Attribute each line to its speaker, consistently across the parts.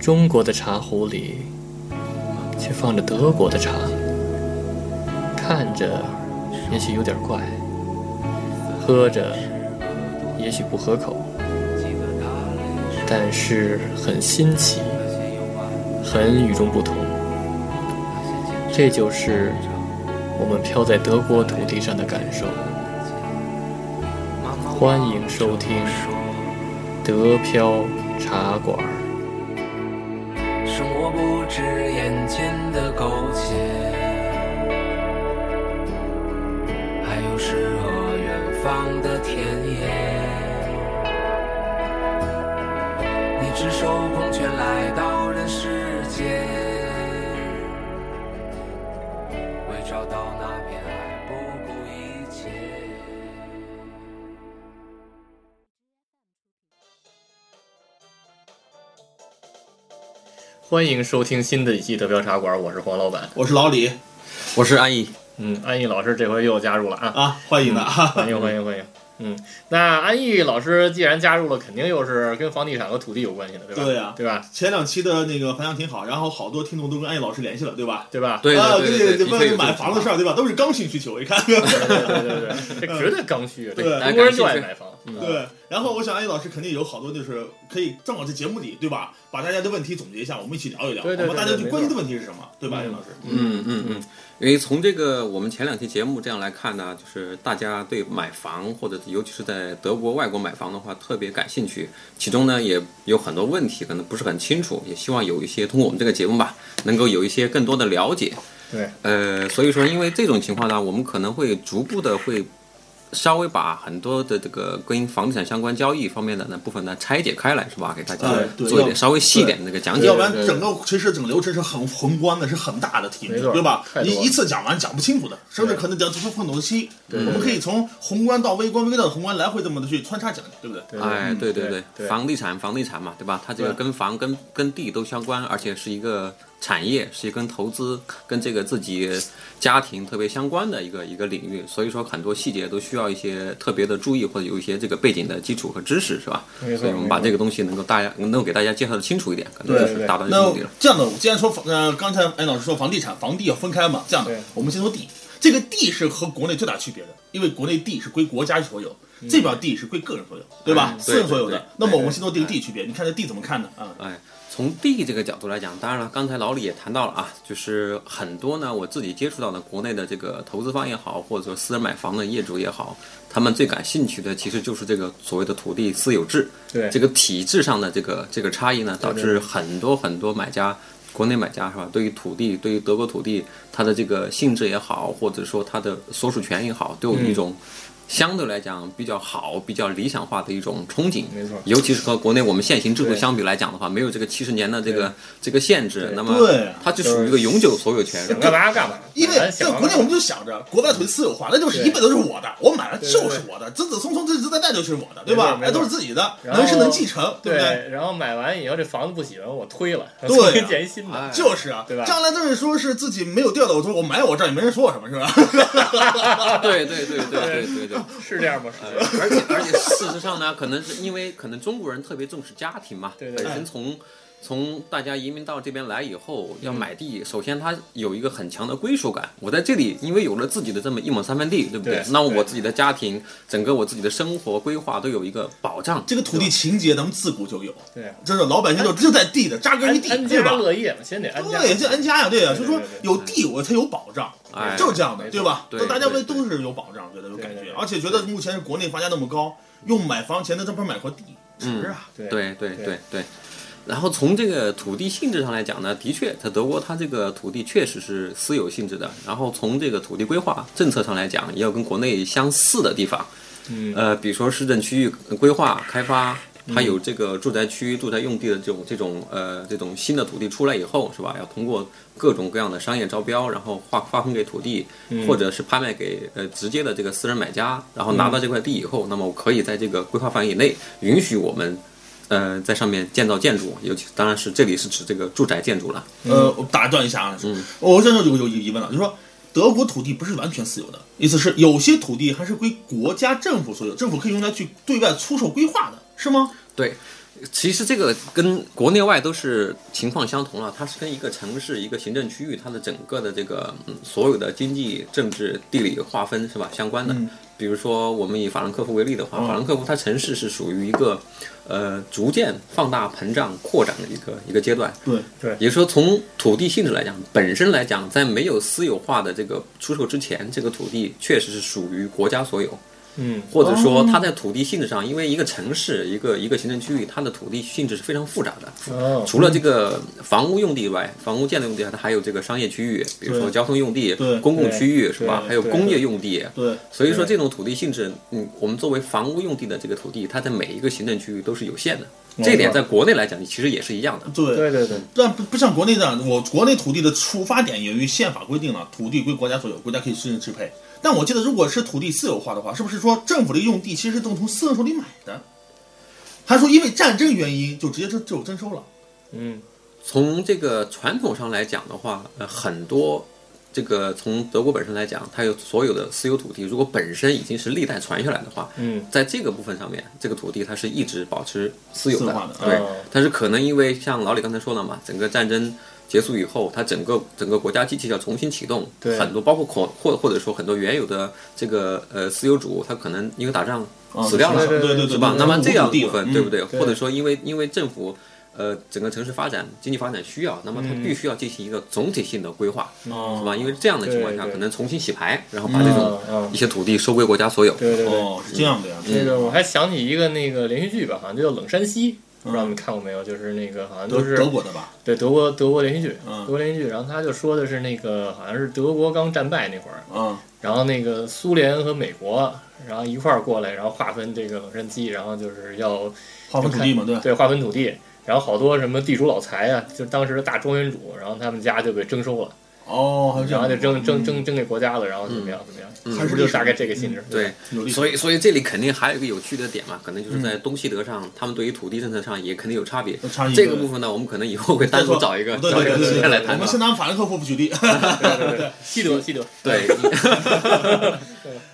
Speaker 1: 中国的茶壶里，却放着德国的茶，看着也许有点怪，喝着也许不合口，但是很新奇，很与众不同。这就是我们飘在德国土地上的感受。欢迎收听德飘茶馆。
Speaker 2: 生活不止眼前的苟且，还有诗和远方的田野。你赤手空拳来到人世间，为找到那片海不顾一切。
Speaker 1: 欢迎收听新的一期德标茶馆，我是黄老板。
Speaker 3: 我是老李
Speaker 4: 我是安逸，
Speaker 1: 嗯，安逸老师这回又加入了啊，
Speaker 3: 啊，欢迎的啊，
Speaker 1: 欢迎欢迎欢迎。嗯，那安逸老师既然加入了，肯定又是跟房地产和土地有关系的，对吧？
Speaker 3: 对呀
Speaker 1: 对吧？
Speaker 3: 前两期的那个反响挺好，然后好多听众都跟安逸老师联系了，对吧？
Speaker 1: 对吧？
Speaker 4: 对
Speaker 3: 啊，
Speaker 4: 对
Speaker 3: 对
Speaker 4: 对，
Speaker 3: 问买房的事
Speaker 4: 儿，
Speaker 3: 儿，对吧？都是刚性需求，一 看，
Speaker 1: 对对对对对，这绝对刚需，啊这
Speaker 3: 对
Speaker 1: 中国人就爱买房。 嗯，
Speaker 3: 对。然后我想安逸哎老师肯定有好多就是可以正好在节目里，对吧？把大家的问题总结一下，我们一起聊一聊，
Speaker 1: 对对对
Speaker 3: 好吧？大家
Speaker 1: 对
Speaker 3: 就
Speaker 1: 没
Speaker 3: 关心
Speaker 1: 错
Speaker 3: 的问题是什么，对吧？安逸老师，
Speaker 4: 嗯嗯嗯，因为从这个我们前两期节目这样来看呢，就是大家对买房或者尤其是在德国外国买房的话特别感兴趣，其中呢也有很多问题可能不是很清楚，也希望有一些通过我们这个节目吧，能够有一些更多的了解。
Speaker 1: 对，
Speaker 4: 呃，所以说因为这种情况呢，我们可能会逐步的会稍微把很多的这个跟房地产相关交易方面的那部分呢拆解开来，是吧？给大家
Speaker 3: 哎对
Speaker 4: 做一
Speaker 3: 要
Speaker 4: 点稍微细一点的这个讲解。
Speaker 3: 要不然
Speaker 1: 对对
Speaker 3: 整个其实整个流程是很宏观的，是很大的题目
Speaker 1: 没错，
Speaker 3: 对吧
Speaker 1: 太？多
Speaker 3: 你
Speaker 1: 了
Speaker 3: 一次讲完讲不清楚的，甚至可能讲分很多期。我们可以从宏观到微观，微观到宏观，来回这么的去穿插讲解，对不对？
Speaker 1: 对
Speaker 4: 哎，对对
Speaker 1: 对
Speaker 4: 对，
Speaker 1: 对
Speaker 4: 房地产房地产嘛，对吧？它这个
Speaker 3: 对
Speaker 4: 跟房跟跟地都相关，而且是一个产业，是一个跟投资跟这个自己家庭特别相关的一个一个领域，所以说很多细节都需要一些特别的注意，或者有一些这个背景的基础和知识，是吧？
Speaker 1: 没错
Speaker 4: 所以我们把这个东西能够大家能够给大家介绍的清楚一点，可能
Speaker 3: 对
Speaker 4: 就
Speaker 1: 对
Speaker 4: 是达到这个
Speaker 3: 那
Speaker 4: 目的了。
Speaker 3: 这样的，我既然说房，呃，刚才安老师说房地产、房地要分开嘛，这样的
Speaker 1: 对，
Speaker 3: 我们先说地。这个地是和国内最大区别的，因为国内地是归国家所有，
Speaker 1: 嗯
Speaker 3: 这边地是归个人所有，对吧？
Speaker 4: 嗯
Speaker 3: 私人所有
Speaker 4: 对对
Speaker 3: 的
Speaker 4: 对。
Speaker 3: 那么我们先说这个地区别，你看这地怎么看呢？啊，
Speaker 4: 哎，从地这个角度来讲，当然了，刚才老李也谈到了啊，就是很多呢，我自己接触到的国内的这个投资方也好，或者说私人买房的业主也好，他们最感兴趣的其实就是这个所谓的土地私有制，
Speaker 1: 对
Speaker 4: 这个体制上的这个这个差异呢，导致很多很多买家。国内买家是吧？对于土地，对于德国土地，它的这个性质也好，或者说它的所属权也好，都有一种相对来讲比较好、比较理想化的一种憧憬。
Speaker 1: 没错
Speaker 4: 尤其是和国内我们现行制度
Speaker 1: 对
Speaker 4: 相比来讲的话，没有这个七十年的这
Speaker 1: 对
Speaker 4: 个这个限制，那么
Speaker 3: 对
Speaker 4: 它就属于一个永久所有权。是
Speaker 1: 想
Speaker 4: 吧
Speaker 1: 干嘛干嘛，
Speaker 3: 因为
Speaker 1: 咱
Speaker 3: 在
Speaker 1: 想
Speaker 3: 国内我们就想着国外土地私有化，那就是一辈子都是我的，我买了就是我的，子子孙孙世世代代就是我的，对吧？
Speaker 1: 没错没错
Speaker 3: 哎，都是自己的，
Speaker 1: 然后
Speaker 3: 能是能继承，对不对？
Speaker 1: 对，然后买完以后这房子不喜欢，我推了，
Speaker 3: 对啊
Speaker 1: 重新建一新的
Speaker 4: 哎。
Speaker 3: 就是啊，
Speaker 1: 对吧
Speaker 3: 将来就是说是自己没有掉的，我说我买我这儿也没人说我什么，是吧？
Speaker 1: 啊
Speaker 4: 对对对对对对对。
Speaker 1: 是这样吗？
Speaker 4: 呃
Speaker 3: 哎
Speaker 4: 而且而且事实上呢，可能是因为可能中国人特别重视家庭嘛，
Speaker 1: 对对对
Speaker 4: 本身从。从大家移民到这边来以后，
Speaker 1: 嗯
Speaker 4: 要买地，首先它有一个很强的归属感。我在这里，因为有了自己的这么一亩三分地，对不
Speaker 1: 对
Speaker 4: 那我
Speaker 1: 对
Speaker 4: 自己的家庭，整个我自己的生活规划都有一个保障。
Speaker 3: 这个土地情节咱们自古就有，
Speaker 5: 啊
Speaker 1: 对，
Speaker 3: 真的老百姓就 就在地的扎根于
Speaker 1: 安
Speaker 3: 地，
Speaker 1: 安
Speaker 3: 对
Speaker 1: 家
Speaker 3: 吧？
Speaker 1: 乐业嘛，先得安家。
Speaker 3: 对，这 N 加呀，对呀，
Speaker 1: 对
Speaker 3: 就
Speaker 1: 对
Speaker 3: 说
Speaker 1: 对对
Speaker 3: 有地我才有保障
Speaker 4: 哎，
Speaker 3: 就是这样的
Speaker 1: 没，错
Speaker 3: 对吧？
Speaker 4: 对
Speaker 3: 那大家
Speaker 4: 对
Speaker 3: 们
Speaker 4: 对
Speaker 3: 都是有保障，觉得有感
Speaker 1: 对对对，
Speaker 3: 觉而且觉得目前是国内房价那么高，用买房钱的这不是买块地值啊？
Speaker 1: 对
Speaker 4: 对对
Speaker 1: 对
Speaker 4: 对对。然后从这个土地性质上来讲呢，的确，在德国它这个土地确实是私有性质的。然后从这个土地规划政策上来讲，也有跟国内相似的地方。
Speaker 1: 嗯，
Speaker 4: 呃，比如说市政区域规划开发，它有这个住宅区、住宅用地的这种这种呃这种新的土地出来以后，是吧？要通过各种各样的商业招标，然后划划分给土地，或者是拍卖给呃直接的这个私人买家，然后拿到这块地以后，那么我可以在这个规划范围内允许我们。呃，在上面建造建筑，尤其当然是这里是指这个住宅建筑了。
Speaker 1: 嗯
Speaker 3: 呃，我打断一下啊，我这就有有疑问了，就是说。德国土地不是完全私有的，意思是有些土地还是归国家政府所有，政府可以用来去对外出售规划的，是吗？
Speaker 4: 对，其实这个跟国内外都是情况相同了，它是跟一个城市、一个行政区域，它的整个的这个、嗯、所有的经济、政治、地理划分是吧相关的。比如说，我们以法兰克福为例的话，法兰克福它城市是属于一个呃逐渐放大、膨胀、扩展的一个一个阶段。
Speaker 3: 对
Speaker 5: 对
Speaker 4: 也就是说，从土地性质来讲，本身来讲，在没有私有化的这个出售之前，这个土地确实是属于国家所有。
Speaker 5: 嗯，
Speaker 4: 或者说它在土地性质上，因为一个城市、一个一个行政区域，它的土地性质是非常复杂的。
Speaker 5: 哦，
Speaker 4: 除了这个房屋用地以外，房屋建筑用地，它还有这个商业区域，比如说
Speaker 3: 对
Speaker 4: 交通用地
Speaker 3: 对、
Speaker 4: 公共区域是吧？
Speaker 5: 对
Speaker 4: 还有
Speaker 5: 对
Speaker 4: 工业用地。
Speaker 3: 对，
Speaker 4: 所以说，
Speaker 5: 对
Speaker 4: 这种土地性质，嗯，我们作为房屋用地的这个土地，它在每一个行政区域都是有限的。这一点在国内来讲，其实也是一样的。
Speaker 3: 对
Speaker 5: 对对对，
Speaker 3: 但不不像国内这样，我国内土地的出发点由于宪法规定了，土地归国家所有，国家可以私人支配。但我记得，如果是土地私有化的话，是不是说政府的用地其实是从私人手里买的？还说因为战争原因就直接就就征收了？
Speaker 5: 嗯，
Speaker 4: 从这个传统上来讲的话，呃，很多这个从德国本身来讲，它有所有的私有土地，如果本身已经是历代传下来的话，
Speaker 5: 嗯，
Speaker 4: 在这个部分上面，这个土地它是一直保持私有
Speaker 3: 私
Speaker 4: 的，
Speaker 3: 有化的嗯
Speaker 4: 对。
Speaker 5: 哦
Speaker 4: 但是可能因为像老李刚才说了嘛，整个战争。结束以后，它整个整个国家机器要重新启动，
Speaker 5: 对
Speaker 4: 很多包括恐或或者说很多原有的这个呃私有主，他可能因为打仗
Speaker 3: 啊
Speaker 4: 死掉了，
Speaker 3: 对对对
Speaker 4: 是吧？那么这样部分，对不？
Speaker 3: 对
Speaker 4: 对？或者说，因为因为政府，呃，整个城市发展、经济发展需要，那么它
Speaker 3: 嗯
Speaker 4: 必须要进行一个总体性的规划，
Speaker 3: 哦
Speaker 4: 是吧？因为这样的情况下，
Speaker 5: 对对
Speaker 4: 可能重新洗牌，然后把这种
Speaker 5: 嗯嗯
Speaker 4: 一些土地收归国家所有。
Speaker 5: 对对
Speaker 3: 嗯
Speaker 5: 对。
Speaker 3: 哦，是这样的呀。
Speaker 5: 那个我还想起一个那个连续剧吧，好像就叫《冷山溪》，不知道你们看过没有？就是那个好像都
Speaker 3: 嗯德
Speaker 5: 是
Speaker 3: 德国的吧？
Speaker 5: 对德国德国连续剧，
Speaker 3: 嗯
Speaker 5: 德国连续剧。然后他就说的是那个好像是德国刚战败那会儿，
Speaker 3: 啊，
Speaker 5: 然后那个苏联和美国，然后一块儿过来，然后划分这个冷山溪，然后就是要
Speaker 3: 划分土地嘛，对。
Speaker 5: 对划分土地。然后好多什么地主老财啊，就当时的大庄园主，然后他们家就被征收了，
Speaker 3: 哦，还有这样
Speaker 5: 然后
Speaker 3: 的，
Speaker 5: 就征征征征给国家了，然后怎么样怎么样，
Speaker 3: 还
Speaker 5: 是
Speaker 3: 是
Speaker 5: 不是就大概这个性质？
Speaker 4: 对，
Speaker 3: 有利
Speaker 4: 所以所以这里肯定还有一个有趣的点嘛，可能就是在东西德上，他们对于土地政策上也肯定有差别
Speaker 3: 嗯有差。异
Speaker 4: 这个部分呢，我们可能以后会单独找一个
Speaker 3: 对
Speaker 4: 找
Speaker 3: 对
Speaker 4: 一
Speaker 3: 对
Speaker 4: 个
Speaker 3: 对
Speaker 4: 时
Speaker 3: 对
Speaker 4: 间来
Speaker 3: 我
Speaker 4: 谈吧
Speaker 3: 们。先拿法兰克福举例，
Speaker 5: 对对对，西德西德，
Speaker 4: 对，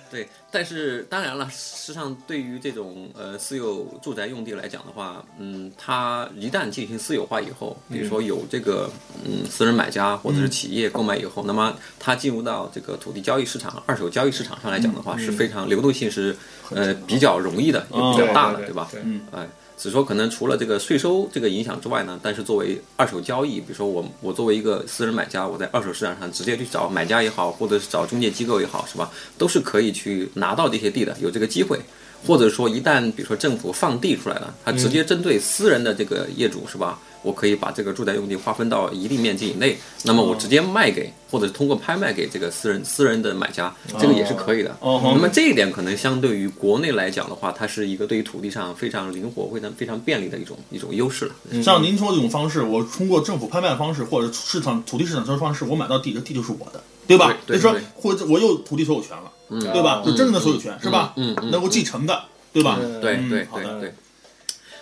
Speaker 4: 对，但是当然了，事实上对于这种呃私有住宅用地来讲的话，嗯，它一旦进行私有化以后，比如说有这个嗯私人买家或者
Speaker 5: 嗯
Speaker 4: 是企业购买以后，那么它进入到这个土地交易市场、二手交易市场上来讲的话，是
Speaker 5: 嗯
Speaker 4: 非常流动性是呃比较容易的，也比较大的，
Speaker 5: 对
Speaker 4: 吧？
Speaker 5: 对
Speaker 3: 嗯
Speaker 4: 哎，只说可能除了这个税收这个影响之外呢，但是作为二手交易，比如说我我作为一个私人买家，我在二手市场上直接去找买家也好，或者是找中介机构也好，是吧？都是可以去拿到这些地的，有这个机会。或者说，一旦比如说政府放地出来了，它直接针对私人的这个业主是吧？我可以把这个住宅用地划分到一定面积以内，那么我直接卖给，或者通过拍卖给这个私人私人的买家，这个也是可以的。
Speaker 3: 哦
Speaker 4: 那么这一点可能相对于国内来讲的话，它是一个对于土地上非常灵活、非常非常便利的一种一种优势了。
Speaker 3: 像您说这种方式，我通过政府拍卖方式或者市场土地市场交易方式，我买到地，这地就是我的，对吧？
Speaker 4: 对
Speaker 3: 就
Speaker 4: 对
Speaker 3: 说
Speaker 4: 对
Speaker 3: 或者我有土地所有权了，对吧？就真正的所有权是吧？
Speaker 4: 嗯嗯
Speaker 3: 能够继承的，对吧？
Speaker 4: 对
Speaker 3: 嗯
Speaker 4: 对
Speaker 3: 好的
Speaker 4: 对对。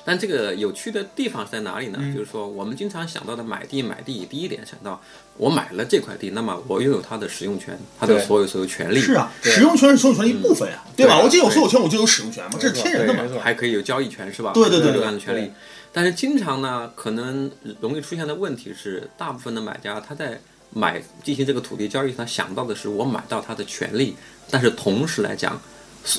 Speaker 4: 但这个有趣的地方在哪里呢？
Speaker 3: 嗯
Speaker 4: 就是说，我们经常想到的买地买地，第一点想到我买了这块地，那么我拥有它的使用权，它的
Speaker 5: 对
Speaker 4: 所有所有权利。
Speaker 3: 是啊，使用权是所有权的一部分呀，对吧？
Speaker 4: 对啊
Speaker 3: 我既有所有权，我就有使用权嘛，这是天然的
Speaker 5: 没
Speaker 3: 嘛。
Speaker 5: 错
Speaker 4: 还可以有交易权是吧？
Speaker 3: 对对对
Speaker 4: 这样的权利
Speaker 5: 对。
Speaker 4: 但是经常呢，可能容易出现的问题是，大部分的买家他在买进行这个土地交易，他想到的是我买到他的权利，但是同时来讲，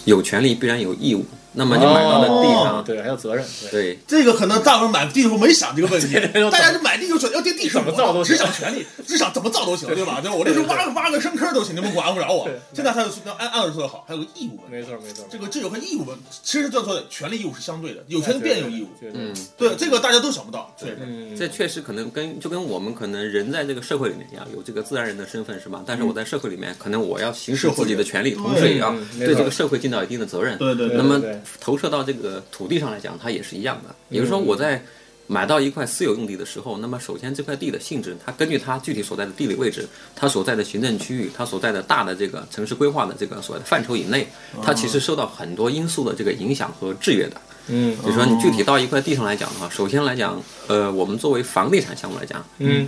Speaker 4: 有权利必然有义务。那么你买到的地上，
Speaker 5: 哦对，还有责任，对。
Speaker 4: 对
Speaker 3: 这个可能大部分买地的时候没想这个问题，大家就买地就觉得，要这地是我的
Speaker 5: 怎么造都行
Speaker 3: 只想权利，只想怎么造都行，对吧？对吧？我这是挖个挖个深坑都行，你们管不着我。现在他有按按理说的好，还有个义务问题。
Speaker 5: 没错没错，
Speaker 3: 这个这有和义务问，其实叫做权利义务是相对的，有权便有义务。
Speaker 5: 绝哎对，
Speaker 3: 对，这个大家都想不到，确实。
Speaker 5: 嗯，
Speaker 4: 这确实可能跟就跟我们可能人在这个社会里面一样，有这个自然人的身份是吧？但是我在社会里面，可能我要行使
Speaker 3: 社会
Speaker 4: 自己的
Speaker 3: 人
Speaker 4: 权利，同
Speaker 3: 对
Speaker 4: 时也要
Speaker 5: 嗯没
Speaker 4: 对这
Speaker 5: 错
Speaker 4: 个社会尽到一定的责任。
Speaker 3: 对对对
Speaker 4: 那么
Speaker 5: 对对
Speaker 4: 投射到这个土地上来讲，它也是一样的。也就是说，
Speaker 5: 嗯
Speaker 4: 我在买到一块私有用地的时候，那么首先这块地的性质，它根据它具体所在的地理位置、它所在的行政区域、它所在的大的这个城市规划的这个所谓的范畴以内，它其
Speaker 5: 哦
Speaker 4: 实受到很多因素的这个影响和制约的。
Speaker 5: 嗯
Speaker 4: 比如说，你具体到一块地上来讲的话，首先来讲，呃，我们作为房地产项目来讲，
Speaker 5: 嗯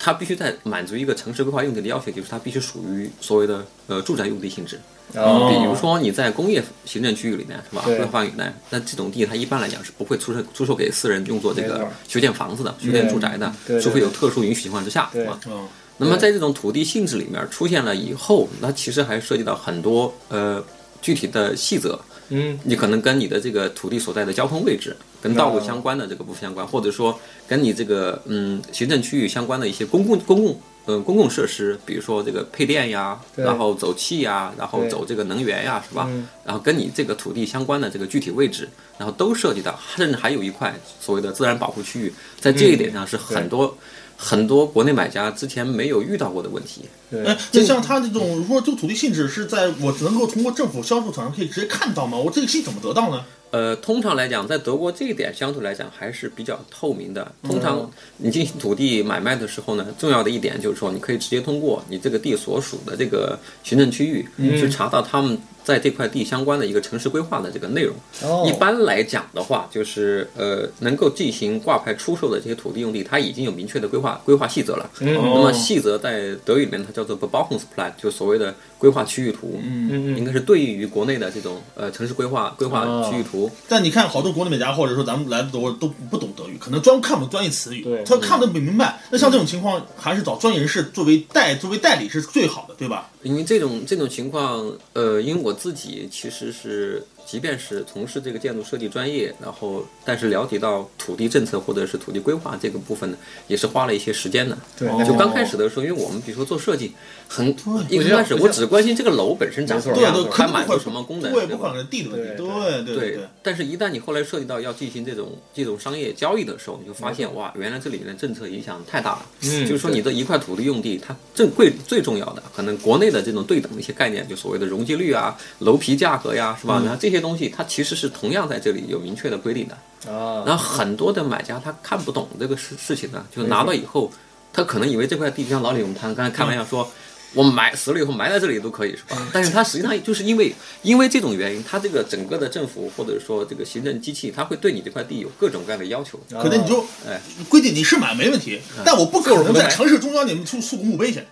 Speaker 4: 它必须在满足一个城市规划用地的要求，就是它必须属于所谓的呃住宅用地性质。
Speaker 5: 然后
Speaker 4: 比如说你在工业行政区域里面是吧，
Speaker 5: 哦对
Speaker 4: 规划以内，那这种地它一般来讲是不会出售出售给私人用作这
Speaker 5: 没
Speaker 4: 个
Speaker 5: 错
Speaker 4: 修建房子的、修建住宅的
Speaker 5: 对，对
Speaker 4: 除非有特殊允许情况之下，
Speaker 5: 对
Speaker 4: 是吧？
Speaker 3: 嗯，
Speaker 4: 那么在这种土地性质里面出现了以后，那其实还涉及到很多呃具体的细则，
Speaker 5: 嗯，
Speaker 4: 你可能跟你的这个土地所在的交通位置、跟道路相关的这个部分相关，或者说跟你这个嗯行政区域相关的一些公共公共呃公共设施，比如说这个配电呀，
Speaker 5: 对
Speaker 4: 然后走气呀，然后
Speaker 5: 对
Speaker 4: 走这个能源呀，是吧
Speaker 5: 嗯？
Speaker 4: 然后跟你这个土地相关的这个具体位置，然后都涉及到，甚至还有一块所谓的自然保护区域，在这一点上是很多。很多国内买家之前没有遇到过的问题，
Speaker 5: 对
Speaker 3: 哎，，就像它这种，如果这个土地性质是在我能够通过政府销售场上可以直接看到吗？我这个信怎么得到呢？
Speaker 4: 呃，通常来讲，在德国这一点相对来讲还是比较透明的。通常
Speaker 5: 嗯
Speaker 4: 你进行土地买卖的时候呢，重要的一点就是说，你可以直接通过你这个地所属的这个行政区域、
Speaker 5: 嗯
Speaker 4: 去查到他们在这块地相关的一个城市规划的这个内容。
Speaker 5: 哦
Speaker 4: 一般来讲的话，就是呃，能够进行挂牌出售的这些土地用地，它已经有明确的规划规划细则了。
Speaker 5: 嗯
Speaker 4: 那么细则在德语里面它叫做 Bebauungsplan，就所谓的规划区域图。
Speaker 5: 嗯
Speaker 4: 应
Speaker 5: 嗯
Speaker 4: 该是对应于国内的这种呃城市规划规划
Speaker 5: 哦
Speaker 4: 区域图，
Speaker 3: 但你看，好多国内买家或者说咱们来的德国都不懂德语，可能专看不懂专业词语
Speaker 5: 对，
Speaker 3: 他看不明白。那像这种情况，还是找专业人士作为代作为代理是最好的，对吧？
Speaker 4: 因为这种这种情况，呃，因为我自己其实是，即便是从事这个建筑设计专业，然后但是了解到土地政策或者是土地规划这个部分呢，也是花了一些时间的。
Speaker 5: 对
Speaker 4: 就刚开始的时候，因为我们比如说做设计，很一
Speaker 5: 不像
Speaker 4: 开始
Speaker 5: 不
Speaker 4: 我
Speaker 5: 像
Speaker 4: 只关心这个楼本身长什
Speaker 5: 没
Speaker 4: 么
Speaker 5: 错
Speaker 3: 对
Speaker 4: 样
Speaker 3: 对
Speaker 4: 子，，
Speaker 3: 可
Speaker 4: 它
Speaker 3: 能
Speaker 4: 满
Speaker 3: 不
Speaker 4: 足
Speaker 3: 会
Speaker 4: 什么功能，
Speaker 3: 对，
Speaker 4: 对
Speaker 3: 不
Speaker 4: 吧
Speaker 3: 管？是地的问题，
Speaker 5: 对
Speaker 3: 对对
Speaker 4: 对，但是一旦你后来涉及到要进行这种这种商业交易的时候，你就发现哇，原来这里面的政策影响太大了。
Speaker 5: 嗯
Speaker 4: 就是说你的一块土地用地，它最贵最重要的，可能国内的这种对等的一些概念，就所谓的容积率啊、楼皮价格呀，是吧？然后这些东西，它其实是同样在这里有明确的规定的。
Speaker 5: 啊，
Speaker 4: 然后很多的买家他看不懂这个事事情呢，就拿到以后，他可能以为这块地就像老李我们谈刚才开玩笑说，我埋死了以后埋在这里都可以是吧？但是他实际上就是因为因为这种原因，他这个整个的政府或者说这个行政机器，他会对你这块地有各种各样的要求。
Speaker 5: 啊
Speaker 3: 可能你就
Speaker 4: 哎
Speaker 3: 规定你是买没问题，但我不可能在
Speaker 4: 买
Speaker 3: 城市中央你们出塑古墓碑去，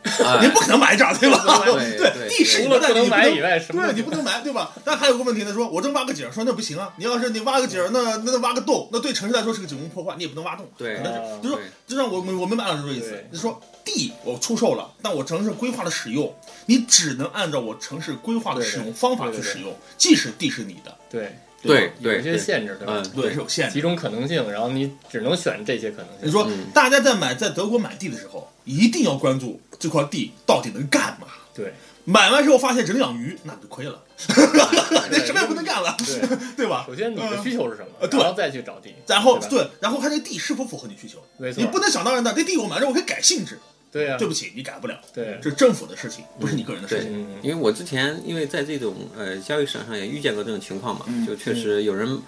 Speaker 3: 您不可能买这 儿对吧？
Speaker 4: 对对对
Speaker 3: 地是
Speaker 5: 除
Speaker 3: 你
Speaker 5: 了
Speaker 3: 的，但
Speaker 5: 不
Speaker 3: 你
Speaker 5: 能
Speaker 3: 不
Speaker 5: 买以
Speaker 3: 能。
Speaker 5: 外，什么
Speaker 3: 对你不能买，对吧？但还有个问题呢，说我正挖个井，说那不行啊。你要是你挖个井，那那那挖个洞，那对城市来说是个景观破坏，你也不能挖洞。
Speaker 4: 对
Speaker 3: 可能
Speaker 5: 啊
Speaker 3: 是就说
Speaker 4: 对
Speaker 3: 就让我我明白老师这个意思
Speaker 5: 对，
Speaker 3: 就说地我出售了，但我城市规划的使用，你只能按照我城市规划的
Speaker 5: 对对
Speaker 3: 使用方法
Speaker 5: 对
Speaker 3: 去
Speaker 5: 对对
Speaker 3: 使用，即使地是你的，
Speaker 5: 对，
Speaker 4: 对
Speaker 5: 有
Speaker 4: 对
Speaker 5: 一些
Speaker 4: 对，
Speaker 5: 限制，对吧
Speaker 4: 嗯？
Speaker 3: 对
Speaker 4: 对
Speaker 3: 是有 限制的
Speaker 5: 几。种可能性，然后你只能选这些可能
Speaker 3: 你
Speaker 5: 性。
Speaker 3: 说、
Speaker 4: 嗯
Speaker 3: 大家在买在德国买地的时候，一定要关注这块地到底能干嘛。
Speaker 5: 对
Speaker 3: 买完之后发现只能养鱼，那就亏了， 那
Speaker 5: 对
Speaker 3: 什么也不能干了，
Speaker 5: 对，
Speaker 3: 对吧
Speaker 5: 首？先你的需求是什么，
Speaker 3: 呃对
Speaker 5: 然后再去找地，
Speaker 3: 然后
Speaker 5: 对吧
Speaker 3: 对，然后看这地是否符合你需求，
Speaker 5: 没错
Speaker 3: 你不能想当然的，这地我买了我可以改性质，
Speaker 5: 对呀，
Speaker 3: 对不起，你改不了，
Speaker 5: 对
Speaker 3: 这是政府的事情，不是你个人的事
Speaker 4: 对
Speaker 3: 情。
Speaker 5: 嗯，
Speaker 4: 因为我之前因为在这种呃交易市场上也遇见过这种情况嘛，
Speaker 5: 嗯
Speaker 4: 就确实有人。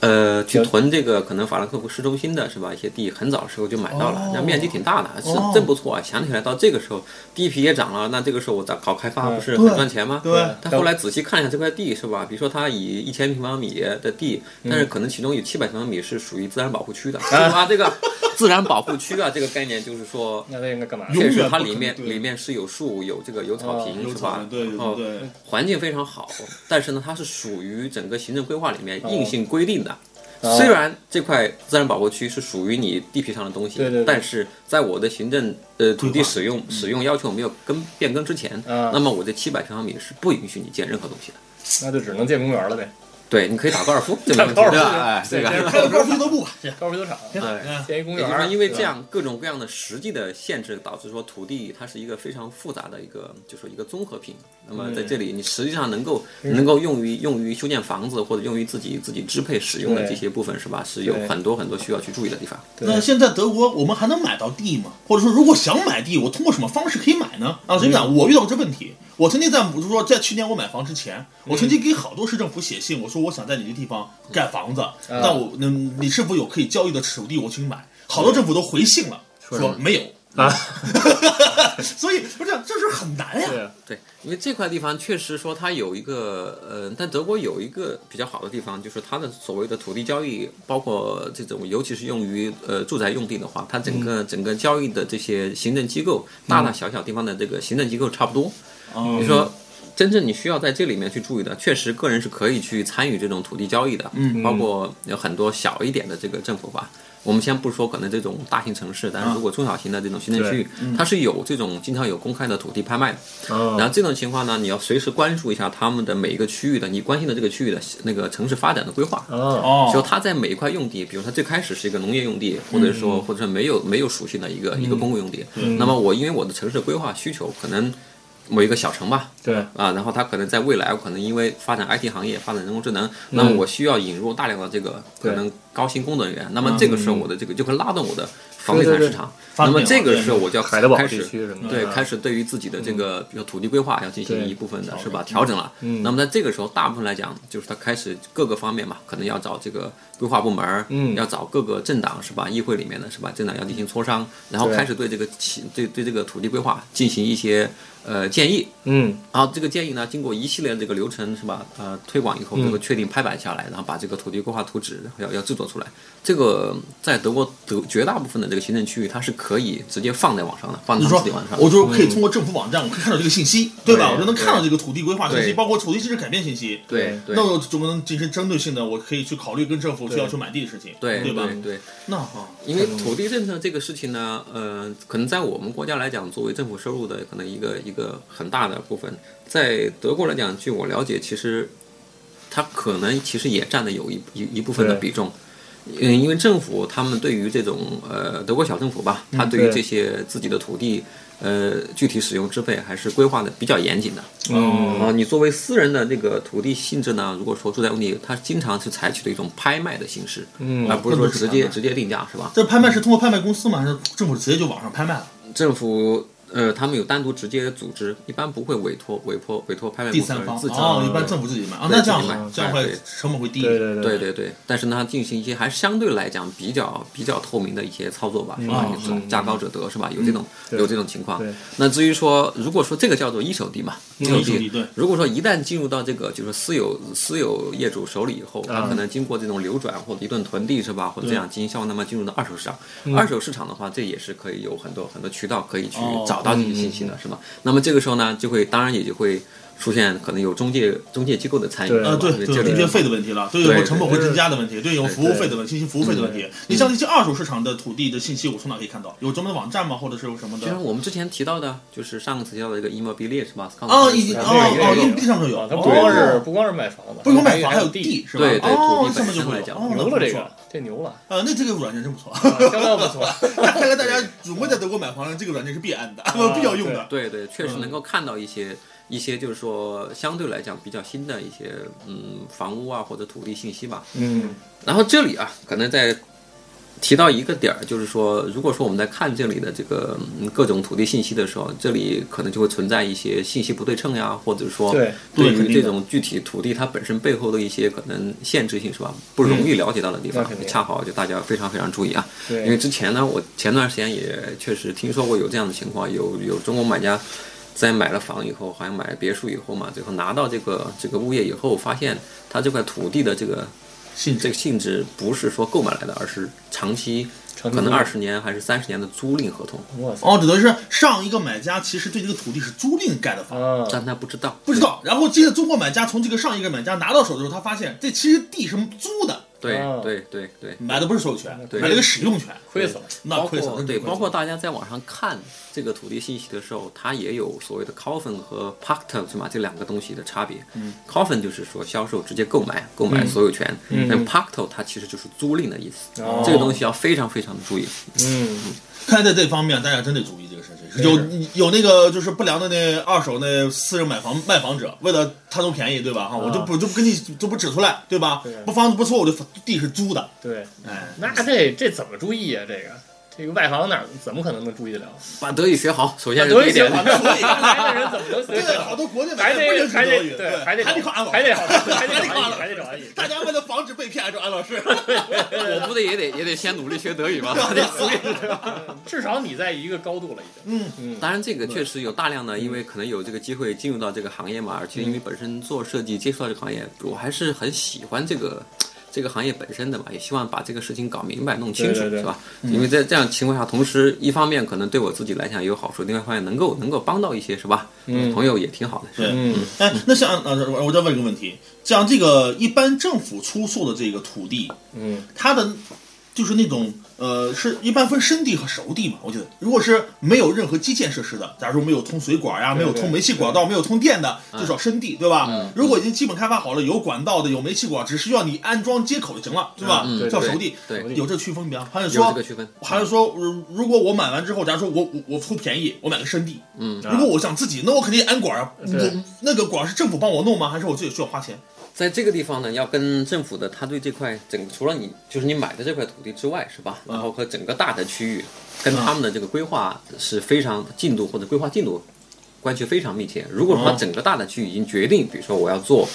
Speaker 4: 呃，去囤这个可能法兰克福市中心的是吧？一些地很早的时候就买到
Speaker 5: 哦
Speaker 4: 了，那、面积挺大的，是
Speaker 3: 哦
Speaker 4: 真不错啊。想起来到这个时候，地皮也涨了，那这个时候我在搞开发
Speaker 5: 对
Speaker 4: 不是很赚钱吗？
Speaker 3: 对
Speaker 4: 但后来仔细看一下这块地是吧？比如说它以一千平方米的地，
Speaker 5: 嗯
Speaker 4: 但是可能其中有七百平方米是属于自然保护区 的，是吧？这个自然保护区啊，这个概念就是说，
Speaker 5: 那他应该干嘛？
Speaker 3: 有永
Speaker 4: 确
Speaker 3: 远
Speaker 4: 实
Speaker 3: 不
Speaker 4: 它
Speaker 3: 可
Speaker 4: 里
Speaker 3: 能
Speaker 4: 面
Speaker 3: 对啊
Speaker 4: 里面是有树，有这个有草
Speaker 5: 哦
Speaker 4: 坪、
Speaker 3: 有
Speaker 4: 是
Speaker 3: 草
Speaker 4: 吧
Speaker 3: 的？对
Speaker 4: 然后
Speaker 3: 对对
Speaker 4: 环境非常好，但是呢，它是属于整个行政规划里面
Speaker 3: 啊
Speaker 4: 硬性规定的。
Speaker 5: 哦
Speaker 4: 虽然这块自然保护区是属于你地皮上的东西，
Speaker 5: 对对对
Speaker 4: 但是在我的行政呃土
Speaker 3: 规
Speaker 4: 地
Speaker 3: 划嗯啊
Speaker 4: 使用使用要求没有更变更之前，
Speaker 5: 嗯
Speaker 4: 那么我这七百平方米是不允许你建任何东西的。
Speaker 5: 那就只能建公园了呗，
Speaker 4: 对，你可以打高尔夫，这没
Speaker 5: 打
Speaker 4: 问题
Speaker 5: 高尔夫
Speaker 4: 对吧？哎，这个。
Speaker 3: 开个高尔夫俱乐部吧，
Speaker 5: 高尔夫球场，
Speaker 4: 对
Speaker 5: 建一公
Speaker 4: 也就
Speaker 5: 园
Speaker 4: 是
Speaker 5: 儿
Speaker 4: 说，，因为这样各种各样的实际的限制，导致说土地它是一个非常复杂的一个，就说一个综合品。那么在这
Speaker 5: 嗯
Speaker 4: 里，你实际上能够能够用于用于修建房子或者用于自己自己支配使用的
Speaker 5: 对
Speaker 4: 这些部分，是吧？是有
Speaker 5: 对
Speaker 4: 很多很多需要去注意的地方。
Speaker 5: 对
Speaker 3: 那现在德国我们还能买到地吗？或者说，如果想买地，我通过什么方式可以买呢？啊，所以讲，我遇到这问题，我曾经在，就是说，在去年我买房之前，我曾经给好多市政府写信，我说我想在你这地方盖房子，
Speaker 5: 嗯
Speaker 3: 但我嗯，你是否有可以交易的土地，我去买。好多政府都回信了，说没有。
Speaker 5: 啊，
Speaker 3: 所以不是这事儿很难呀。
Speaker 5: 对，
Speaker 4: 对，因为这块地方确实说它有一个，呃，但德国有一个比较好的地方，就是它的所谓的土地交易，包括这种，尤其是用于呃住宅用地的话，它整个、整个交易的这些行政机构，大大小小地方的这个行政机构差不多。
Speaker 3: 嗯
Speaker 4: 你说，真正你需要在这里面去注意的，确实个人是可以去参与这种土地交易的，嗯，包括有很多小一点的这个政府吧。我们先不说可能这种大型城市，但是如果中小型的这种行政区域，它是有这种经常有公开的土地拍卖的。
Speaker 3: 哦
Speaker 4: 然
Speaker 5: 嗯
Speaker 4: 后这种情况呢，你要随时关注一下他们的每一个区域的你关心的这个区域的那个城市发展的规划。
Speaker 5: 哦，
Speaker 3: 哦
Speaker 4: 就它在每一块用地，比如它最开始是一个农业用地，或者
Speaker 5: 嗯
Speaker 4: 说或者说没有没有属性的一个一个公共用地。那么我因为我的城市规划需求，可能某一个小城吧，
Speaker 5: 对，
Speaker 4: 啊，然后它可能在未来可能因为发展 IT 行业、发展人工智能，那么我需要引入大量的这个可
Speaker 5: 嗯对嗯
Speaker 4: 能高薪工作人员，那么这个时候我的这个就会拉动我的房地
Speaker 5: 对
Speaker 4: 产
Speaker 5: 对
Speaker 4: 市场。
Speaker 3: 发
Speaker 4: 那么
Speaker 3: 展
Speaker 4: 这个
Speaker 3: 对
Speaker 4: 时候我就要
Speaker 5: 海德堡
Speaker 4: 开
Speaker 5: 地
Speaker 4: 始
Speaker 5: 区什么的
Speaker 4: 对
Speaker 5: 啊
Speaker 4: 开始对于自己的这个比如土地规划要进行
Speaker 5: 对嗯
Speaker 4: 一部分的是吧调整了。那么在这个时候，大部分来讲就是它开始各个方面嘛，可能要找这个规划部门儿，
Speaker 5: 嗯
Speaker 4: 要找各个政党是吧，议会里面的是吧，政党要进行磋商，然后
Speaker 5: 对
Speaker 4: 开始对这个起对对这个土地规划进行一些呃建议。
Speaker 5: 嗯，
Speaker 4: 然后这个建议呢，经过一系列的这个流程是吧？呃，推广以后，
Speaker 3: 嗯
Speaker 4: 这个确定拍板下来，然后把这个土地规划图纸然后要要制作出来。这个在德国德绝大部分的这个行政区域，它是可以直接放在网上的，放
Speaker 3: 你
Speaker 4: 在
Speaker 3: 说
Speaker 4: 自己网上的。
Speaker 3: 我就是可以通过政府网站，我可以看到这个信息，对吧？
Speaker 4: 对
Speaker 3: 我就能看到这个土地规划信息，
Speaker 4: 对
Speaker 3: 包括土地政治改变信息。
Speaker 4: 对对
Speaker 3: 那我就能进行针对性的，我可以去考虑跟政府去
Speaker 5: 对
Speaker 3: 要求买地的事情，
Speaker 4: 对
Speaker 3: 吧？
Speaker 4: 对对，
Speaker 3: 那好，
Speaker 4: 因为土地政策这个事情呢，呃，可能在我们国家来讲，作为政府收入的可能一个一个很大的部分，在德国来讲，据我了解，其实它可能其实也占了有一一一部分的
Speaker 5: 对
Speaker 4: 比重。嗯，因为政府他们对于这种呃德国小政府吧，
Speaker 3: 嗯
Speaker 4: 他对于
Speaker 5: 对
Speaker 4: 这些自己的土地呃具体使用支配还是规划的比较严谨的。
Speaker 3: 哦
Speaker 5: 嗯
Speaker 4: 啊，你作为私人的这个土地性质呢，如果说住宅用地，它经常是采取的一种拍卖的形式，
Speaker 5: 嗯
Speaker 4: 而不是说
Speaker 3: 那不是
Speaker 4: 直接
Speaker 3: 拍卖
Speaker 4: 直接定价是吧？
Speaker 3: 这拍卖是通过拍卖公司吗？还是政府直接就网上拍卖了？
Speaker 4: 政府呃，他们有单独直接组织，一般不会委托委托委托拍卖
Speaker 3: 第
Speaker 4: 公司
Speaker 3: 三方
Speaker 4: 自己
Speaker 3: 哦，一般政
Speaker 4: 府
Speaker 3: 府自己买啊，
Speaker 4: 对
Speaker 3: 那这样
Speaker 4: 自己
Speaker 3: 好，
Speaker 4: 买
Speaker 3: 这样
Speaker 4: 对
Speaker 3: 会
Speaker 4: 对
Speaker 3: 成本会低。
Speaker 5: 对对对
Speaker 4: 对对对，但是呢，它进行一些还相对来讲比较比较透明的一些操作吧，是吧？
Speaker 3: 嗯
Speaker 4: 就是价高者得是吧？有这种有这种情况
Speaker 5: 对。
Speaker 4: 那至于说，如果说这个叫做一手地嘛，一手
Speaker 3: 一手地对
Speaker 4: 如果说一旦进入到这个就是私有私有业主手里以后，他可能经过这种流转或者一顿囤地是吧，或者这样经销，那么进入到二手市场。二手市场的话，这也是可以有很多很多渠道可以去
Speaker 3: 哦
Speaker 4: 找到这些信息的，是吧？那么这个时候呢，就会当然也就会。出现可能有中介中介机构的参与，
Speaker 5: 对
Speaker 4: 是吧
Speaker 3: 啊，对
Speaker 4: 因为
Speaker 3: 对，
Speaker 4: 这
Speaker 3: 有
Speaker 4: 里
Speaker 3: 中介费的问题了，对
Speaker 4: 对嗯
Speaker 3: 有成本会
Speaker 5: 对
Speaker 3: 增加的问题，对有服务费的问题，信息服务费的问题。你像那些二手市场的土地的信息，我从哪可以看到？有专门的网站吗？或者是有什么
Speaker 4: 就像
Speaker 3: 的？
Speaker 4: 我们之前提到的，就是上次提到的这个 immobilier 是吧？
Speaker 3: 哦，已经哦
Speaker 5: 那个也
Speaker 3: 哦，
Speaker 5: 有
Speaker 3: 硬币上面有，
Speaker 5: 啊，他不光是
Speaker 3: 哦
Speaker 5: 不光是买房子，
Speaker 3: 不光买房，还
Speaker 5: 还
Speaker 3: 有
Speaker 5: 地，
Speaker 3: 地是吧？
Speaker 4: 对对，
Speaker 3: 哦
Speaker 4: 土，地
Speaker 3: 这么
Speaker 4: 本
Speaker 3: 就
Speaker 4: 身
Speaker 3: 会有
Speaker 4: 来讲，
Speaker 3: 哦，
Speaker 5: 牛
Speaker 3: 那不
Speaker 5: 了这
Speaker 3: 错
Speaker 5: 个，这牛 了，
Speaker 3: 呃，那这个软件真不错。
Speaker 5: 啊相 当不错，
Speaker 3: 看来大家总归在德国买房，这个软件是必然的，
Speaker 4: 哦
Speaker 3: 必要用的。
Speaker 4: 对对，确实
Speaker 3: 嗯
Speaker 4: 能够看到一些、一些，就是说相对来讲比较新的一些嗯房屋啊或者土地信息吧。
Speaker 5: 嗯
Speaker 4: 然后这里啊，可能在提到一个点儿，就是说，如果说我们在看这里的这个、嗯各种土地信息的时候，这里可能就会存在一些信息不对称呀，或者说
Speaker 5: 对
Speaker 4: 对
Speaker 3: 对肯
Speaker 4: 于
Speaker 3: 定
Speaker 4: 这
Speaker 3: 的
Speaker 4: 种具体土地它本身背后的一些可能限制性是吧，不容
Speaker 3: 嗯
Speaker 4: 易了解到的地方，
Speaker 5: 那肯定
Speaker 4: 恰好就大家非常非常注意啊。
Speaker 5: 对
Speaker 4: 因为之前呢，我前段时间也确实听说过有这样的情况，有有中国买家在买了房以后，好像买了别墅以后嘛，最后拿到这个这个物业以后，发现他这块土地的这个
Speaker 3: 信
Speaker 4: 这个性质不是说购买来的，而是长期
Speaker 5: 长期
Speaker 4: 可能
Speaker 5: 租赁
Speaker 4: 二十年还是三十年的租赁合同，
Speaker 5: 哇塞，
Speaker 3: 哦，只能是上一个买家其实对这个土地是租赁盖的房，
Speaker 5: 啊，
Speaker 4: 但他不知道，
Speaker 3: 不知道。然后接着中国买家从这个上一个买家拿到手的时候，他发现这其实地是租的，
Speaker 4: 对
Speaker 5: 哦
Speaker 4: 对对对，
Speaker 3: 买的不是所有权，
Speaker 4: 对
Speaker 3: 买了个使用权，
Speaker 5: 亏死了，
Speaker 3: 那亏死
Speaker 4: 包括
Speaker 3: 了。
Speaker 4: 对，
Speaker 3: 真亏
Speaker 4: 包
Speaker 3: 死
Speaker 4: 括
Speaker 3: 了
Speaker 4: 大家在网上看这个土地信息的时候，它也有所谓的 coffin 和 pactum 是吗？这两个东西的差别。嗯，coffin 就是说销售直接购买，购买所有权。那 pacto 它其实就是租赁的意思。
Speaker 5: 哦
Speaker 4: 这个东西要非常非常的注意。
Speaker 5: 嗯，
Speaker 3: 看来在这方面，大家真得注意这个事情。有有那个就是不良的那二手那私人买房卖房者，为了贪图便宜，对吧？哈，
Speaker 4: 啊
Speaker 3: 我就不就不跟你就不指出来，对吧？
Speaker 5: 对
Speaker 3: 不房子不错，我就地是租的，
Speaker 5: 对，
Speaker 3: 哎，
Speaker 5: 那这这怎么注意啊？这个这个外行哪儿怎么可能能注意得了？
Speaker 4: 把德语学好，首先是
Speaker 5: 德
Speaker 4: 第
Speaker 5: 语
Speaker 4: 一
Speaker 5: 学
Speaker 4: 点。
Speaker 5: 好，那所以来的人怎么能学
Speaker 3: 对，
Speaker 5: 好
Speaker 3: 好？多国内买家
Speaker 5: 还
Speaker 3: 不
Speaker 5: 得
Speaker 3: 允许
Speaker 5: 还
Speaker 3: 德
Speaker 5: 得
Speaker 3: 语，
Speaker 5: 对，还得
Speaker 3: 还得靠安老师，
Speaker 5: 还 得好，还
Speaker 3: 还
Speaker 5: 得
Speaker 3: 得靠安
Speaker 5: 好，
Speaker 3: 老
Speaker 5: 还得
Speaker 3: 师
Speaker 5: 找安逸。
Speaker 3: 大家为了防止被骗，还说安老 师，
Speaker 4: 我不得也得也得先努力学德语吗？ 得思辨
Speaker 5: 至少你在一个高度了，已经。
Speaker 3: 嗯，
Speaker 5: 嗯
Speaker 4: 当然，这个确实有大量的，因为可能有这个机会进入到这个行业嘛，而
Speaker 5: 嗯
Speaker 4: 且因为本身做设计接触到这个行业，我还是很喜欢这个这个行业本身的嘛，也希望把这个事情搞明白、弄清楚，
Speaker 5: 对对对嗯
Speaker 4: 是吧？因为在这样情况下，同时一方面可能对我自己来讲有好处，另外一方面能够能够帮到一些，是吧？
Speaker 5: 嗯
Speaker 4: 朋友也挺好的，是吧
Speaker 3: 对
Speaker 5: 嗯，
Speaker 3: 哎，那像呃，我我再问一个问题，像这个一般政府出售的这个土地，
Speaker 5: 嗯，
Speaker 3: 它的就是那种呃，是一般分生地和熟地嘛。我觉得，如果是没有任何基建设施的，假如没有通水管呀、
Speaker 5: 对
Speaker 3: 没有通煤气管道、没有通电的，就叫生地，对吧？
Speaker 4: 嗯
Speaker 3: 如果已经基本开发好了，有管道的、有煤气管，只需要你安装接口就行了，对吧？
Speaker 5: 嗯对
Speaker 3: 叫
Speaker 5: 对
Speaker 3: 熟地。
Speaker 4: 对
Speaker 5: 熟地
Speaker 3: 有这区分别吗？还是
Speaker 4: 有
Speaker 3: 说
Speaker 4: 这个区分。
Speaker 3: 还是说，如如果我买完之后，假如说我我我图便宜，我买个生地，
Speaker 4: 嗯
Speaker 3: 如果我想自己，那我肯定安管啊，
Speaker 5: 对
Speaker 3: 我那个管是政府帮我弄吗？还是我自己需要花钱？
Speaker 4: 在这个地方呢，要跟政府的他对这块整，除了你就是你买的这块土地之外，是吧？然后和整个大的区域，跟他们的这个规划是非常进度或者规划进度关系非常密切。如果说
Speaker 3: 哦
Speaker 4: 整个大的区域已经决定，比如说我要做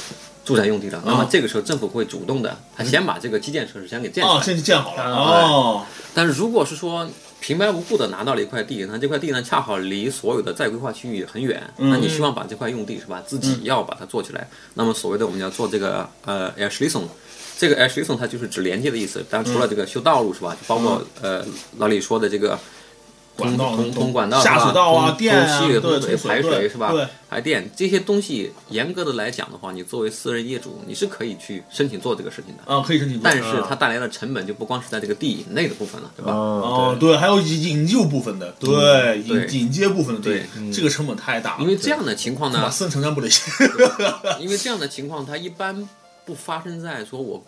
Speaker 4: 住宅用地了，那么这个时候政府会主动的，他先把这个基建设施先给建起来。
Speaker 3: 啊，先去建好了
Speaker 5: 嗯
Speaker 3: 哦，
Speaker 4: 但是如果是说平白无故的拿到了一块地，那这块地呢恰好离所有的再规划区域很远，
Speaker 3: 嗯
Speaker 4: 那你希望把这块用地是吧，自己要把它做起来，那么所谓的我们要做这个呃 a i r s l i s o n 这个 a i r s l i s o n 它就是指连接的意思，当然除了这个修道路是
Speaker 3: 嗯
Speaker 4: 吧，就包括、呃老李说的这个。
Speaker 3: 管道
Speaker 4: 通通管道是吧
Speaker 3: 啊哦下水道啊、
Speaker 4: 通
Speaker 3: 电啊，
Speaker 4: 通气、
Speaker 3: 对，
Speaker 4: 通
Speaker 3: 通
Speaker 4: 排水
Speaker 3: 对
Speaker 4: 是吧
Speaker 3: 对，？
Speaker 4: 排电这些东西，严格的来讲的话，你作为私人业主，你是可以去申请做这个事情的。
Speaker 3: 啊，可以申请。
Speaker 4: 但是它带来的成本就不光是在这个地以内的部分了，对吧？嗯
Speaker 3: 哦，对，还有引引诱部分的，对，
Speaker 4: 对
Speaker 3: 引引接部分的，
Speaker 4: 对，嗯
Speaker 3: 这个成本太大了，
Speaker 4: 因为嗯这样的情况
Speaker 3: 马
Speaker 4: 呢，
Speaker 3: 森承担不了。
Speaker 4: 因为这样的情况，它一般不发生在说我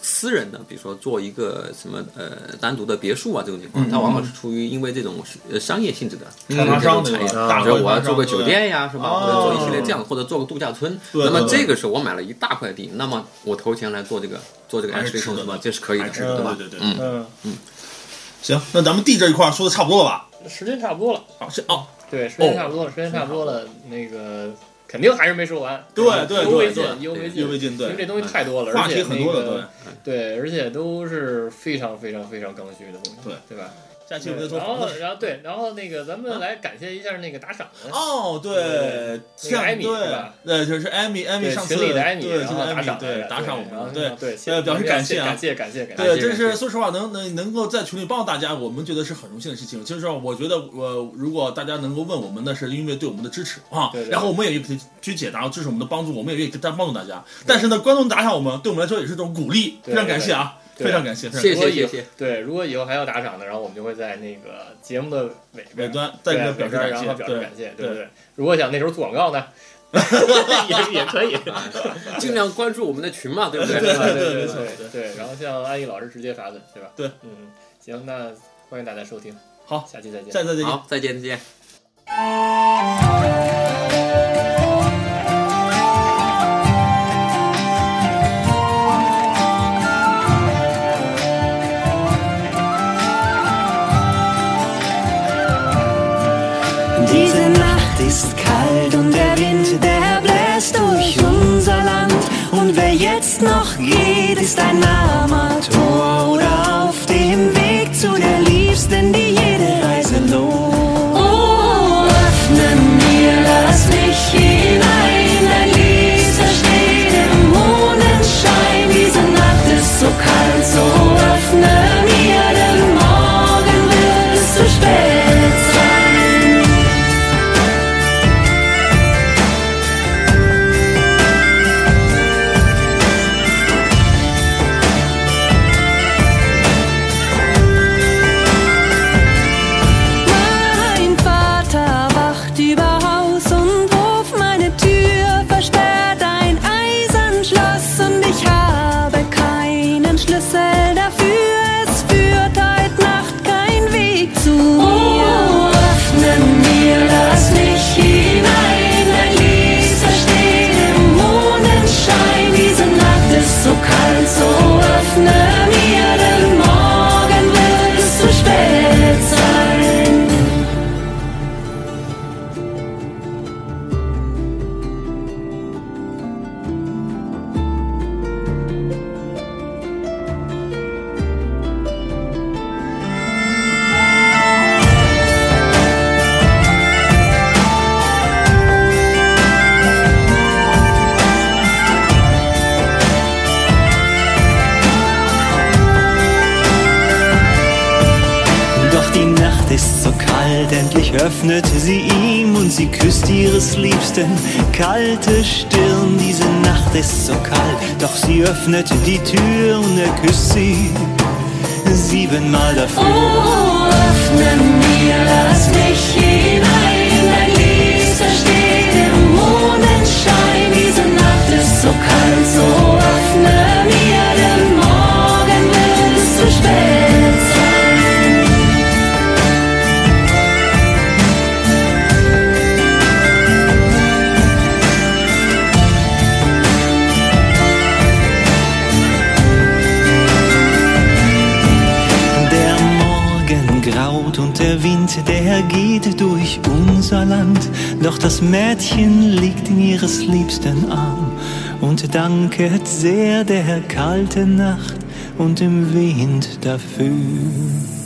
Speaker 4: 私人的，比如说做一个什么呃单独的别墅啊这种情
Speaker 3: 嗯
Speaker 4: 况，它往往是出于因为这种呃商业性质的
Speaker 3: 开发嗯商
Speaker 4: 这
Speaker 3: 对
Speaker 4: 种产业
Speaker 3: 吧？大
Speaker 4: 比如
Speaker 3: 规模
Speaker 4: 我要做个
Speaker 3: 开发商
Speaker 4: 酒，店呀，是吧？
Speaker 3: 哦
Speaker 4: 或者做一系列这样，或者做个度假村。
Speaker 3: 对
Speaker 4: 那么
Speaker 3: 对对
Speaker 4: 这个时候我买了一大块地，那么我投钱来做这个做这个
Speaker 3: 还是
Speaker 4: S
Speaker 3: 值得
Speaker 4: o
Speaker 3: 的
Speaker 4: 什么，这是可以
Speaker 3: 还
Speaker 4: 的，
Speaker 3: 是值得
Speaker 4: 对吧？
Speaker 3: 哎对对对
Speaker 4: 嗯，
Speaker 3: 对
Speaker 5: 嗯，
Speaker 3: 行，那咱们地这一块说的差不多了吧？
Speaker 5: 时间差不多了，
Speaker 3: 好，是哦，
Speaker 5: 对，时间差不多了，时间差不多了，那个肯定还是没说完。
Speaker 3: 对对
Speaker 5: 尤为
Speaker 3: 对
Speaker 5: 进，尤为进
Speaker 3: 越，未尽
Speaker 5: 因为这
Speaker 3: 对，嗯
Speaker 5: 东西太多了，
Speaker 3: 话
Speaker 5: 而
Speaker 3: 题
Speaker 5: 且
Speaker 3: 很
Speaker 5: 那
Speaker 3: 多的，对
Speaker 5: 个。对，而且都是非常非常非常刚需的东西，
Speaker 3: 对
Speaker 5: 对吧？
Speaker 3: 下期我们再说
Speaker 5: 然
Speaker 3: 房
Speaker 5: 后
Speaker 3: 子。
Speaker 5: 然后对，然后那个咱们来感谢一下那个打赏的。
Speaker 3: 哦，
Speaker 5: 对
Speaker 3: 对，
Speaker 5: 那个
Speaker 3: 像
Speaker 5: 艾米是
Speaker 3: 对
Speaker 5: 吧，
Speaker 3: 对，就是艾米，艾米
Speaker 5: 对
Speaker 3: 上次
Speaker 5: 群里的艾米，
Speaker 3: 对，
Speaker 5: 然
Speaker 3: 就是
Speaker 5: 后
Speaker 3: 艾
Speaker 5: 打
Speaker 3: 米
Speaker 5: 赏，
Speaker 3: 对，
Speaker 5: 来
Speaker 3: 打
Speaker 5: 着
Speaker 3: 赏我
Speaker 5: 然后
Speaker 3: 们，对。
Speaker 5: 对，嗯
Speaker 3: 呃表示感谢
Speaker 5: 谢
Speaker 3: 啊
Speaker 5: 感谢感谢感谢，
Speaker 3: 对，
Speaker 4: 谢
Speaker 3: 真
Speaker 4: 感
Speaker 3: 是
Speaker 4: 谢
Speaker 3: 说实话，能能能够在群里帮到大家，我们觉得是很荣幸的事情。就是我觉得，呃，如果大家能够问我们，那是因为对我们的支持啊。
Speaker 5: 对对
Speaker 3: 然后我们也愿意去解答，支持我们的帮助，我们也愿意帮帮助大家。但是呢，观众打赏我们，对我们来说也是一种鼓励，非
Speaker 5: 对
Speaker 3: 常感谢啊，
Speaker 5: 对对
Speaker 3: 非常感谢。非常感
Speaker 4: 谢
Speaker 5: 如果
Speaker 4: 谢
Speaker 5: 以
Speaker 4: 谢
Speaker 5: 后
Speaker 4: 谢。
Speaker 5: 对，如果以后还要打赏的，然后我们就会在那个节目的尾
Speaker 3: 尾
Speaker 5: 边
Speaker 3: 端再给大家表
Speaker 5: 对尾
Speaker 3: 示
Speaker 5: 边
Speaker 3: 感
Speaker 5: 然
Speaker 3: 谢
Speaker 5: 后，表示
Speaker 3: 对
Speaker 5: 感，谢，对不对？如果想那时候做广告呢，也也可以。
Speaker 4: 尽量关注我们的群嘛，对不 对？
Speaker 3: 对
Speaker 5: 对
Speaker 3: 对
Speaker 5: 对
Speaker 3: 没错
Speaker 5: 对对，然后像安逸老师直接发问，对吧？
Speaker 3: 对，
Speaker 5: 嗯，行，那欢迎大家收听，
Speaker 3: 好
Speaker 5: 下期再见。
Speaker 3: 下次再见。
Speaker 4: 好，再见再见。
Speaker 6: Diese Nacht ist kalt und der Wind, der bläst durch unser Land. Und wer jetzt noch geht, ist ein armer Tor oder auf dem Weg zu der Liebsten, die jede Reise lohnt. Oh, öffne mir, lass mich hinein. Ein Liebster steht im Mondenschein. Diese Nacht ist so kalt, so öffne mir, denn morgen wird es zu spät sein. Mein endlich öffnete sie ihm und sie küsst ihres Liebsten kalte Stirn. Diese Nacht ist so kalt, doch sie öffnete die Tür und er küsst sie siebenmal davor.
Speaker 7: Oh, öffne mir, lass mich hinein. Dein Lies versteht im Mondenschein. Diese Nacht ist so kalt, so öffne mir, denn morgen wird es zu spät sein.
Speaker 6: Der Morgen graut und der Wind, der geht durch unser Land. Doch das Mädchen liegt in ihres Liebsten Arm und danket sehr der kalten Nacht und dem Wind dafür.